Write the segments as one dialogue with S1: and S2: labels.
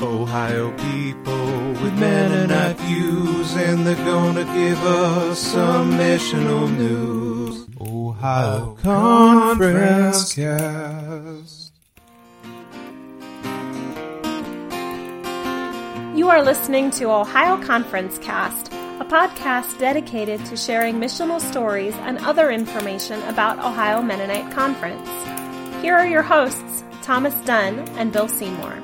S1: Ohio people with Mennonite views, and they're gonna give us some missional news. Ohio Conference Cast.
S2: You are listening to Ohio Conference Cast, a podcast dedicated to sharing missional stories and other information about Ohio Mennonite Conference. Here are your hosts, Thomas Dunn and Bill Seymour.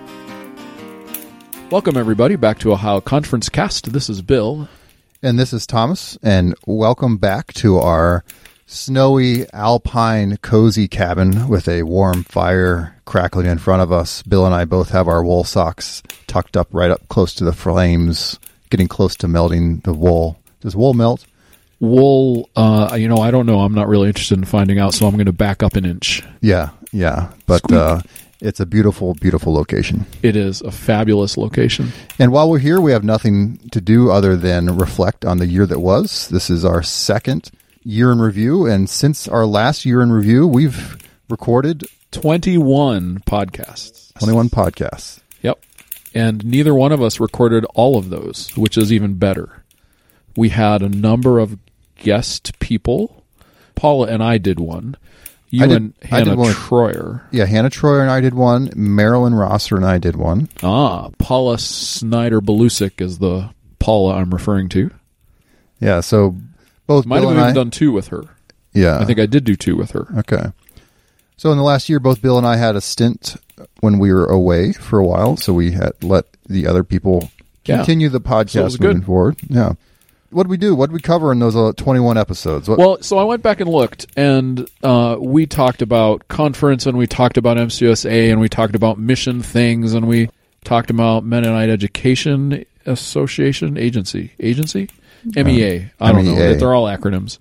S3: Welcome, everybody, back to Ohio Conference Cast. This is Bill.
S4: And this is Thomas, and welcome back to our snowy alpine cozy cabin with a warm fire crackling in front of us. Bill and I both have our wool socks tucked up right up close to the flames, getting close to melting the wool. Does wool melt?
S3: Wool, uh, you know, I don't know. I'm not really interested in finding out, so I'm going to back up an inch.
S4: Yeah, yeah. But uh, it's a beautiful, beautiful location.
S3: It is a fabulous location.
S4: And while we're here, we have nothing to do other than reflect on the year that was. This is our second year in review. And since our last year in review, we've recorded
S3: 21 podcasts.
S4: 21 podcasts.
S3: Yep. And neither one of us recorded all of those, which is even better. We had a number of guest people. Paula and I did one. You
S4: I did-
S3: and
S4: I did
S3: Hannah
S4: one.
S3: Troyer.
S4: Yeah, Hannah Troyer and I did one. Marilyn Rosser and I did one.
S3: Ah, Paula Snyder Belusic is the Paula I'm referring to.
S4: Yeah, so both
S3: Might
S4: Bill
S3: have
S4: and
S3: even
S4: I. Uh-huh.
S3: done two with her.
S4: yeah,
S3: I think I did do two with her.
S4: Okay. So in the last year, both Bill and I had a stint when we were away for a while, so we had let the other people
S3: Yeah.
S4: continue
S3: So
S4: the
S3: it
S4: podcast
S3: was good.
S4: moving forward. Yeah. What did we do? What did we cover in those uh, twenty-one episodes? What,
S3: Well, so I went back and looked, and uh, we talked about conference, and we talked about MCSA, and we talked about mission things, and we talked about Mennonite Education Association Agency Agency
S4: Uh,
S3: MEA. I don't know.
S4: MEA.
S3: They're all acronyms.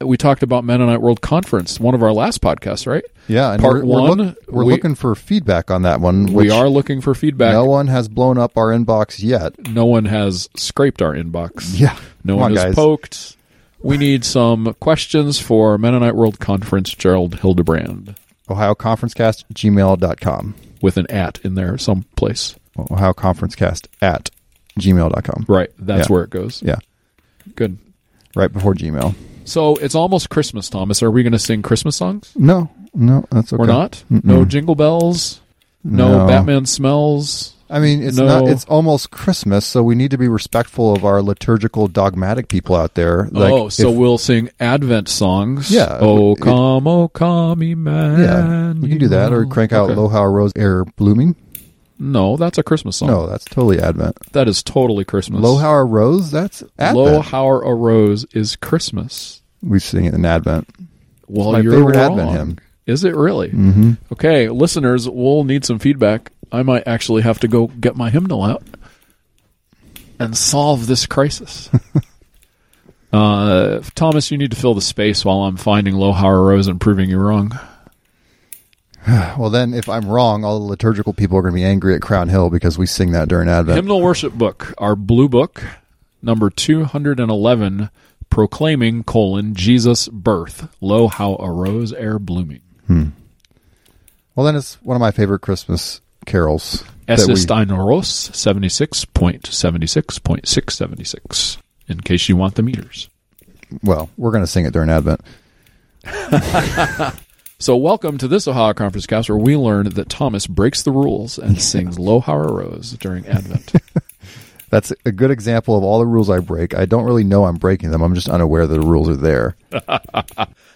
S3: We talked about Mennonite World Conference, one of our last podcasts, right?
S4: yeah, and
S3: part
S4: we're, we're look-
S3: one,
S4: we're
S3: we-
S4: looking for feedback on that one. Which
S3: we are looking for feedback.
S4: No one has blown up our inbox yet.
S3: no one has scraped our inbox.
S4: Yeah.
S3: No
S4: Come
S3: one
S4: on,
S3: has
S4: guys.
S3: poked. We need some questions for Mennonite World Conference Gerald Hildebrand
S4: Ohio Conferencecast gmail.com.
S3: with an at in there someplace.
S4: Ohio Conferencecast at gmail.com.
S3: Right. That's
S4: Yeah.
S3: where it goes.
S4: Yeah.
S3: Good.
S4: Right before Gmail.
S3: So it's almost Christmas, Thomas. Are we going to sing Christmas songs?
S4: No, no, that's okay.
S3: We're not? No jingle bells? No,
S4: No.
S3: Batman smells?
S4: I mean, it's
S3: No.
S4: not. It's almost Christmas, so we need to be respectful of our liturgical, dogmatic people out there. Like,
S3: oh, so
S4: if-
S3: we'll sing Advent songs.
S4: Yeah,
S3: Oh,
S4: it-
S3: come, oh, come, Emmanuel.
S4: yeah, we can do that, or crank out
S3: Okay.
S4: "Aloha Rose Air Blooming."
S3: No, that's a Christmas song.
S4: No, that's totally Advent.
S3: That is totally Christmas.
S4: "Aloha Rose," that's Advent.
S3: Lo how a rose is Christmas.
S4: We sing it in Advent.
S3: Well,
S4: my
S3: you're
S4: favorite
S3: wrong.
S4: Advent hymn.
S3: Is it really? Mm-hmm. Okay, listeners, we'll need some feedback. I might actually have to go get my hymnal out and solve this crisis. uh, Thomas, you need to fill the space while I'm finding Lo how a rose and proving you wrong.
S4: Well, then, if I'm wrong, all the liturgical people are going to be angry at Crown Hill because we sing that during Advent.
S3: Hymnal Worship Book, our blue book, number 211, proclaiming, colon, Jesus' birth. Lo, how a rose ere blooming.
S4: Well, then, it's one of my favorite Christmas carols. that
S3: Es
S4: we-
S3: ist ein Ross, 76.76.676, in case you want the meters.
S4: well, we're going to sing it during Advent.
S3: So welcome to this Ohio Conference Cast, where we learned that Thomas breaks the rules and sings Lo, how a rose during Advent.
S4: That's a good example of all the rules I break. I don't really know I'm breaking them. I'm just unaware that the rules are there.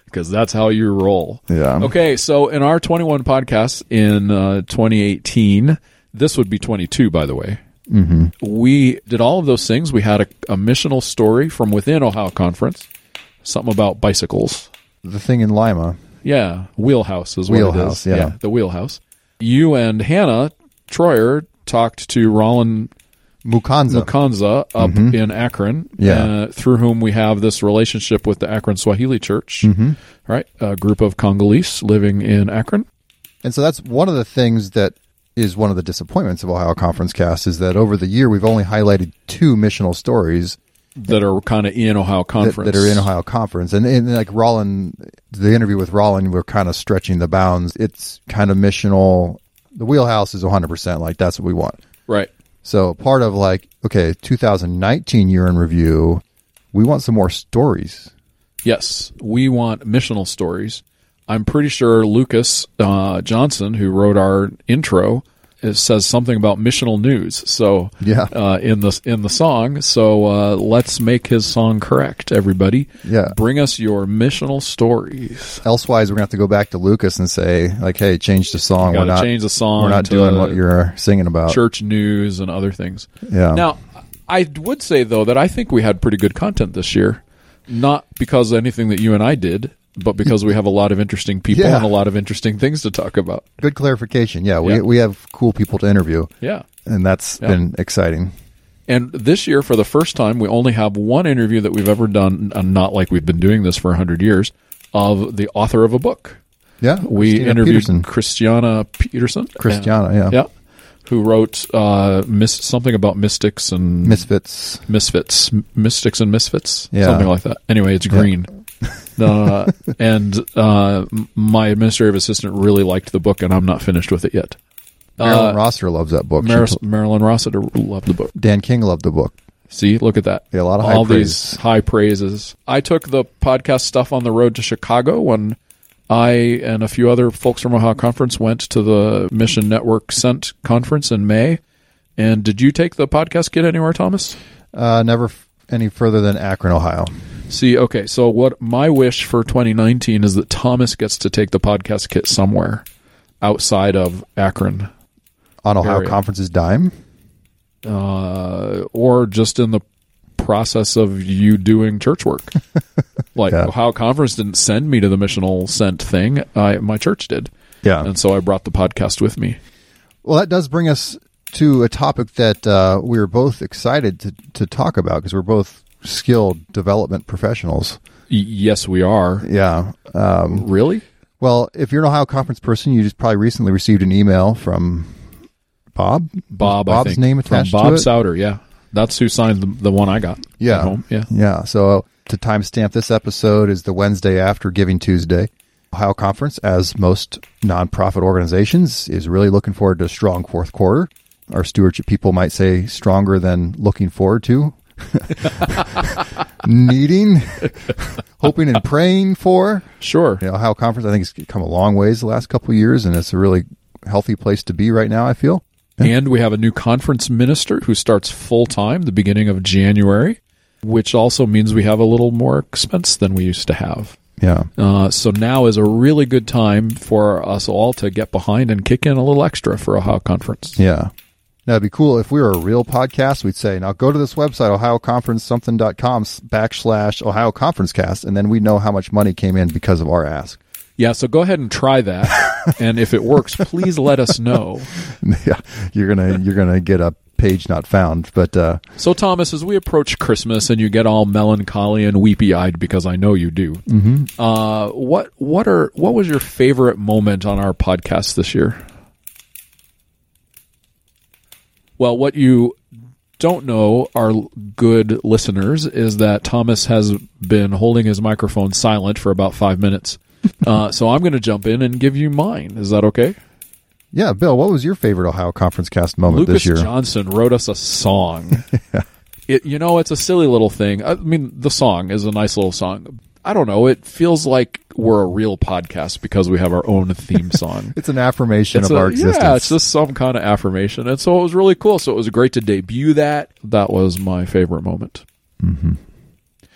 S3: because that's how you roll.
S4: Yeah.
S3: Okay, so in our 21 podcasts in uh, 2018, this would be 22, by the way. Mm-hmm. We did all of those things. We had a, a missional story from within Ohio Conference, something about bicycles.
S4: The thing in Lima.
S3: Yeah, wheelhouse is what it is.
S4: Wheelhouse, yeah.
S3: the wheelhouse. You and Hannah Troyer talked to Rollin
S4: Mukanza.
S3: Mukanza up in Akron,
S4: Mm-hmm. Yeah.
S3: uh, through whom we have this relationship with the Akron Swahili Church,
S4: Mm-hmm.
S3: right? A group of Congolese living in Akron.
S4: and so that's one of the things that is one of the disappointments of Ohio Conference Cast is that over the year we've only highlighted two missional stories
S3: that are kind of in Ohio
S4: that,
S3: Conference.
S4: that are in Ohio Conference. And, and like Rollin, the interview with Rollin, we're kind of stretching the bounds. It's kind of missional. The wheelhouse is 100% like that's what we want.
S3: Right.
S4: So part of like, okay, 2019 year in review, we want some more stories.
S3: Yes, we want missional stories. I'm pretty sure Lucas uh, Johnson, who wrote our intro, it says something about missional news. So
S4: Yeah.
S3: uh, in the in the song. So uh, let's make his song correct, everybody.
S4: Yeah.
S3: bring us your missional stories.
S4: Elsewise, we're gonna have to go back to Lucas and say like, hey, change the song.
S3: Got
S4: We're
S3: to
S4: not
S3: change the song.
S4: we're not
S3: to uh,
S4: doing what you're singing about.
S3: church news and other things.
S4: Yeah.
S3: Now, I would say though that I think we had pretty good content this year, not because of anything that you and I did, but because we have a lot of interesting people
S4: Yeah.
S3: and a lot of interesting things to talk about.
S4: Good clarification. Yeah, we
S3: Yeah.
S4: we have cool people to interview,
S3: Yeah.
S4: and that's
S3: Yeah.
S4: been exciting.
S3: And this year, for the first time, we only have one interview that we've ever done, and not like we've been doing this for 100 years, of the author of a book.
S4: Yeah,
S3: We
S4: Christina
S3: interviewed
S4: Peterson.
S3: Christiana Peterson.
S4: Christiana, yeah.
S3: Yeah. Who wrote uh, mis- something about mystics and
S4: Misfits.
S3: misfits, m- mystics and misfits,
S4: Yeah.
S3: something like that. Anyway, it's green. Uh, and uh, m- my administrative assistant really liked the book, and I'm not finished with it yet.
S4: Marilyn Rosser loves that book. She
S3: Uh, Maris-
S4: told-
S3: Marilyn Rossiter loved the book.
S4: Dan King loved the book.
S3: See, look at that.
S4: Yeah, a lot of high
S3: all
S4: praise.
S3: these high praises. I took the podcast stuff on the road to Chicago when I and a few other folks from Ohio Conference went to the Mission Network Sent conference in May. And did you take the podcast kid anywhere, Thomas?
S4: Uh, never f- any further than Akron, Ohio.
S3: See, okay, so what my wish for 2019 is that Thomas gets to take the podcast kit somewhere outside of Akron,
S4: On Ohio
S3: Area.
S4: Conference's dime.
S3: uh, or just in the process of you doing church work. like
S4: Yeah.
S3: Ohio Conference didn't send me to the missional sent thing; I, my church did,
S4: Yeah.
S3: and so I brought the podcast with me.
S4: Well, that does bring us to a topic that uh, we are both excited to, to talk about because we're both skilled development professionals.
S3: Y- yes, we are
S4: Yeah. Um,
S3: really.
S4: well, if you're an Ohio Conference person, you just probably recently received an email from Bob.
S3: Bob, I
S4: Bob's
S3: think.
S4: name
S3: From
S4: attached
S3: Bob
S4: to it.
S3: Souter. Yeah, that's who signed the, the one I got.
S4: yeah.
S3: at home. yeah.
S4: Yeah. So to timestamp this episode is the Wednesday after Giving Tuesday. Ohio Conference, as most nonprofit organizations, is really looking forward to a strong fourth quarter. Our stewardship people might say stronger than looking forward to, needing, hoping, and praying for.
S3: Sure.
S4: You know, Ohio Conference, I think, has come a long ways the last couple of years, and it's a really healthy place to be right now, I feel.
S3: And we have a new conference minister who starts full time the beginning of January, which also means we have a little more expense than we used to have.
S4: Yeah.
S3: Uh, so now is a really good time for us all to get behind and kick in a little extra for Ohio Conference.
S4: Yeah. Now, it'd be cool if we were a real podcast. We'd say, now go to this website, ohioconferencesomething.com backslash Ohio Conference Cast, and then we know how much money came in because of our ask.
S3: Yeah, so go ahead and try that. and if it works, please let us know.
S4: yeah, you're gonna you're gonna get a page not found, but uh,
S3: So, Thomas, as we approach Christmas and you get all melancholy and weepy eyed because I know you do, mm-hmm. uh, what what are what was your favorite moment on our podcast this year? Well, what you don't know, our l- good listeners, is that Thomas has been holding his microphone silent for about five minutes. uh, so I'm going to jump in and give you mine. Is that okay?
S4: yeah, Bill, what was your favorite Ohio Conference Cast moment
S3: Lucas
S4: this year?
S3: Johnson wrote us a song. it, you know, it's a silly little thing. I mean, the song is a nice little song. I don't know. It feels like we're a real podcast because we have our own theme song.
S4: It's an affirmation
S3: It's
S4: of
S3: a-
S4: our existence.
S3: Yeah, it's just some kind of affirmation. And so it was really cool. So it was great to debut that. That was my favorite moment.
S4: Mm-hmm.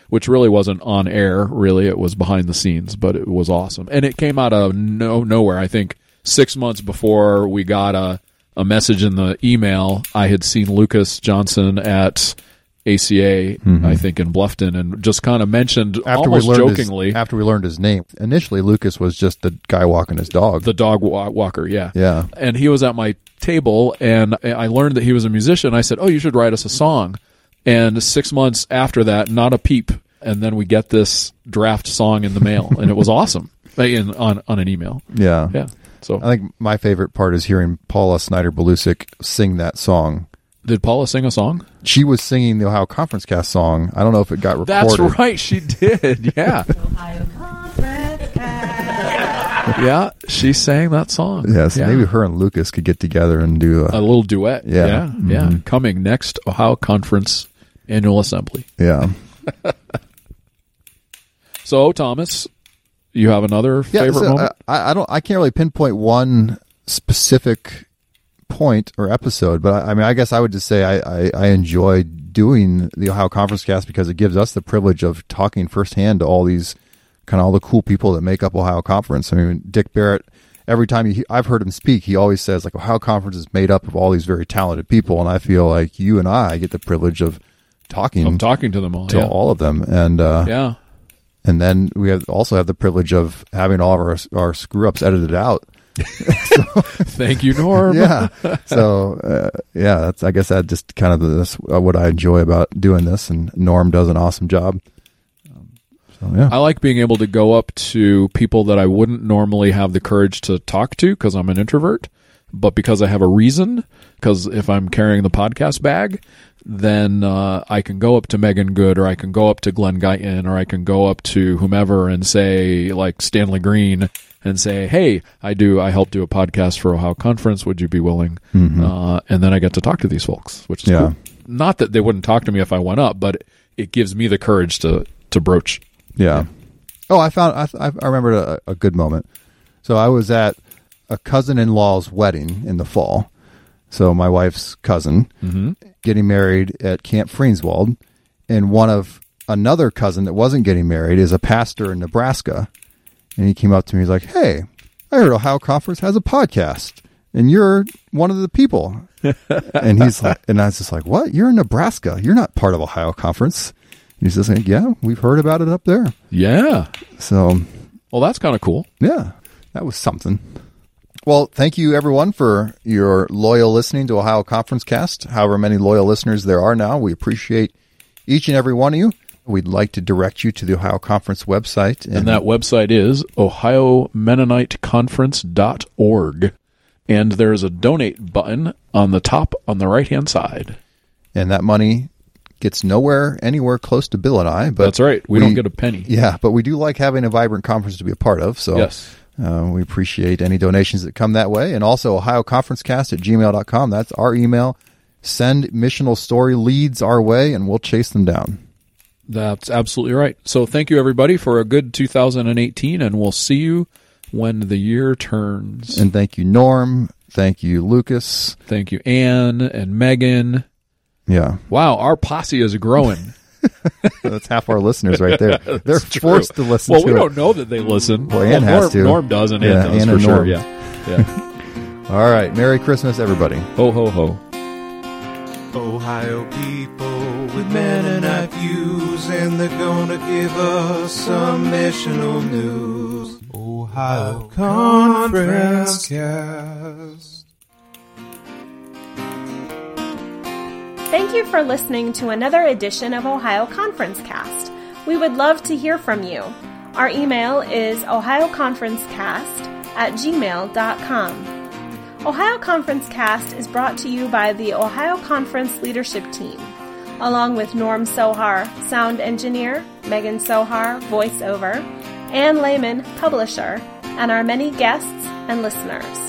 S3: Which really wasn't on air, really. It was behind the scenes, but it was awesome. And it came out of no nowhere. I think six months before we got a, a message in the email, I had seen Lucas Johnson at ACA, I think, in Bluffton, and just kind of mentioned
S4: Mm-hmm. after
S3: almost
S4: we learned
S3: jokingly
S4: his, after we learned his name, initially Lucas was just the guy walking his dog.
S3: the dog wa- walker, yeah.
S4: yeah,
S3: and he was at my table and I learned that he was a musician. I said, "Oh, you should write us a song." And 6 months after that, not a peep, and then we get this draft song in the mail and it was awesome. Uh, In, on on an email.
S4: yeah,
S3: Yeah. So,
S4: I think my favorite part is hearing Paula Snyder Belusic sing that song.
S3: did Paula sing a song?
S4: she was singing the Ohio Conference Cast song. I don't know if it got recorded.
S3: That's right, she did. Yeah.
S5: Ohio Conference Cast.
S3: yeah, she sang that song.
S4: Yes,
S3: yeah.
S4: maybe her and Lucas could get together and do
S3: a
S4: a,
S3: little duet.
S4: Yeah. Mm-hmm.
S3: yeah, yeah. Coming next Ohio Conference Annual Assembly.
S4: yeah.
S3: So Thomas, you have another
S4: yeah,
S3: favorite
S4: so,
S3: moment.
S4: uh, I, I don't. I can't really pinpoint one specific point or episode, but I, I mean, I guess I would just say I, I, I enjoy doing the Ohio Conference Cast because it gives us the privilege of talking firsthand to all these kind of all the cool people that make up Ohio Conference. I mean, Dick Barrett. Every time he, I've heard him speak, he always says like Ohio Conference is made up of all these very talented people, and I feel like you and I get the privilege of talking
S3: I'm talking to them all.
S4: to
S3: yeah.
S4: all of them, and uh,
S3: yeah.
S4: and then we have also have the privilege of having all of our our screw ups edited out.
S3: Thank you, Norm.
S4: Yeah. so uh, yeah, that's I guess that just kind of the, that's uh, what I enjoy about doing this, and Norm does an awesome job. Um, so yeah,
S3: I like being able to go up to people that I wouldn't normally have the courage to talk to because I'm an introvert, but because I have a reason, because if I'm carrying the podcast bag, then uh, I can go up to Megan Good or I can go up to Glenn Guyton or I can go up to whomever and say, like Stanley Green, and say, hey, I do, I help do a podcast for Ohio Conference. Would you be willing? Uh, and then I get to talk to these folks, which is
S4: Mm-hmm. Yeah.
S3: cool. Not that they wouldn't talk to me if I went up, but it gives me the courage to, to broach.
S4: yeah. Oh, I found I I I remembered a, a good moment. So I was at a cousin in law's wedding in the fall. So my wife's cousin getting married at Camp Friendswald, and one of another cousin that wasn't getting married is a pastor in Nebraska. And he came up to me. He's like, "Hey, I heard Ohio Conference has a podcast, and you're one of the people." and he's like, and I was just like, "What? You're in Nebraska? You're not part of Ohio Conference?" And he's just like, "Yeah, we've heard about it up there."
S3: Yeah.
S4: So
S3: Well, that's kind of cool.
S4: yeah, that was something. Well, thank you everyone for your loyal listening to Ohio Conference Cast. However many loyal listeners there are now, we appreciate each and every one of you. We'd like to direct you to the Ohio Conference website
S3: And that website is ohiomennoniteconference.org. And there's a donate button on the top on the right hand side.
S4: and that money gets nowhere anywhere close to Bill and I. But
S3: That's right. We, don't get a penny.
S4: Yeah, but we do like having a vibrant conference to be a part of. So
S3: Yes.
S4: uh, we appreciate any donations that come that way. And also OhioConferenceCast at gmail.com. That's our email. Send missional story leads our way and we'll chase them down.
S3: That's absolutely right. So thank you, everybody, for a good 2018. And we'll see you when the year turns.
S4: And thank you, Norm. Thank you, Lucas.
S3: thank you, Anne and Megan.
S4: Yeah,
S3: Wow, our posse is growing.
S4: that's half our listeners right there. They're forced to listen
S3: well,
S4: to
S3: we
S4: it.
S3: don't know that they listen.
S4: Well, Anne
S3: Norm,
S4: has to.
S3: Norm does, and Anne
S4: Yeah,
S3: does
S4: Anne
S3: for
S4: and
S3: sure.
S4: Norm.
S3: Yeah. Yeah.
S4: All right. Merry Christmas, everybody.
S3: ho, ho, ho.
S1: Ohio people with Mennonite views, and they're gonna give us some missional news. Ohio Conference Cast.
S2: Thank you for listening to another edition of Ohio Conference Cast. We would love to hear from you. Our email is ohioconferencecast at gmail.com. Ohio Conference Cast is brought to you by the Ohio Conference Leadership Team, along with Norm Sohar, sound engineer, Megan Sohar, voiceover, Ann Lehman, publisher, and our many guests and listeners.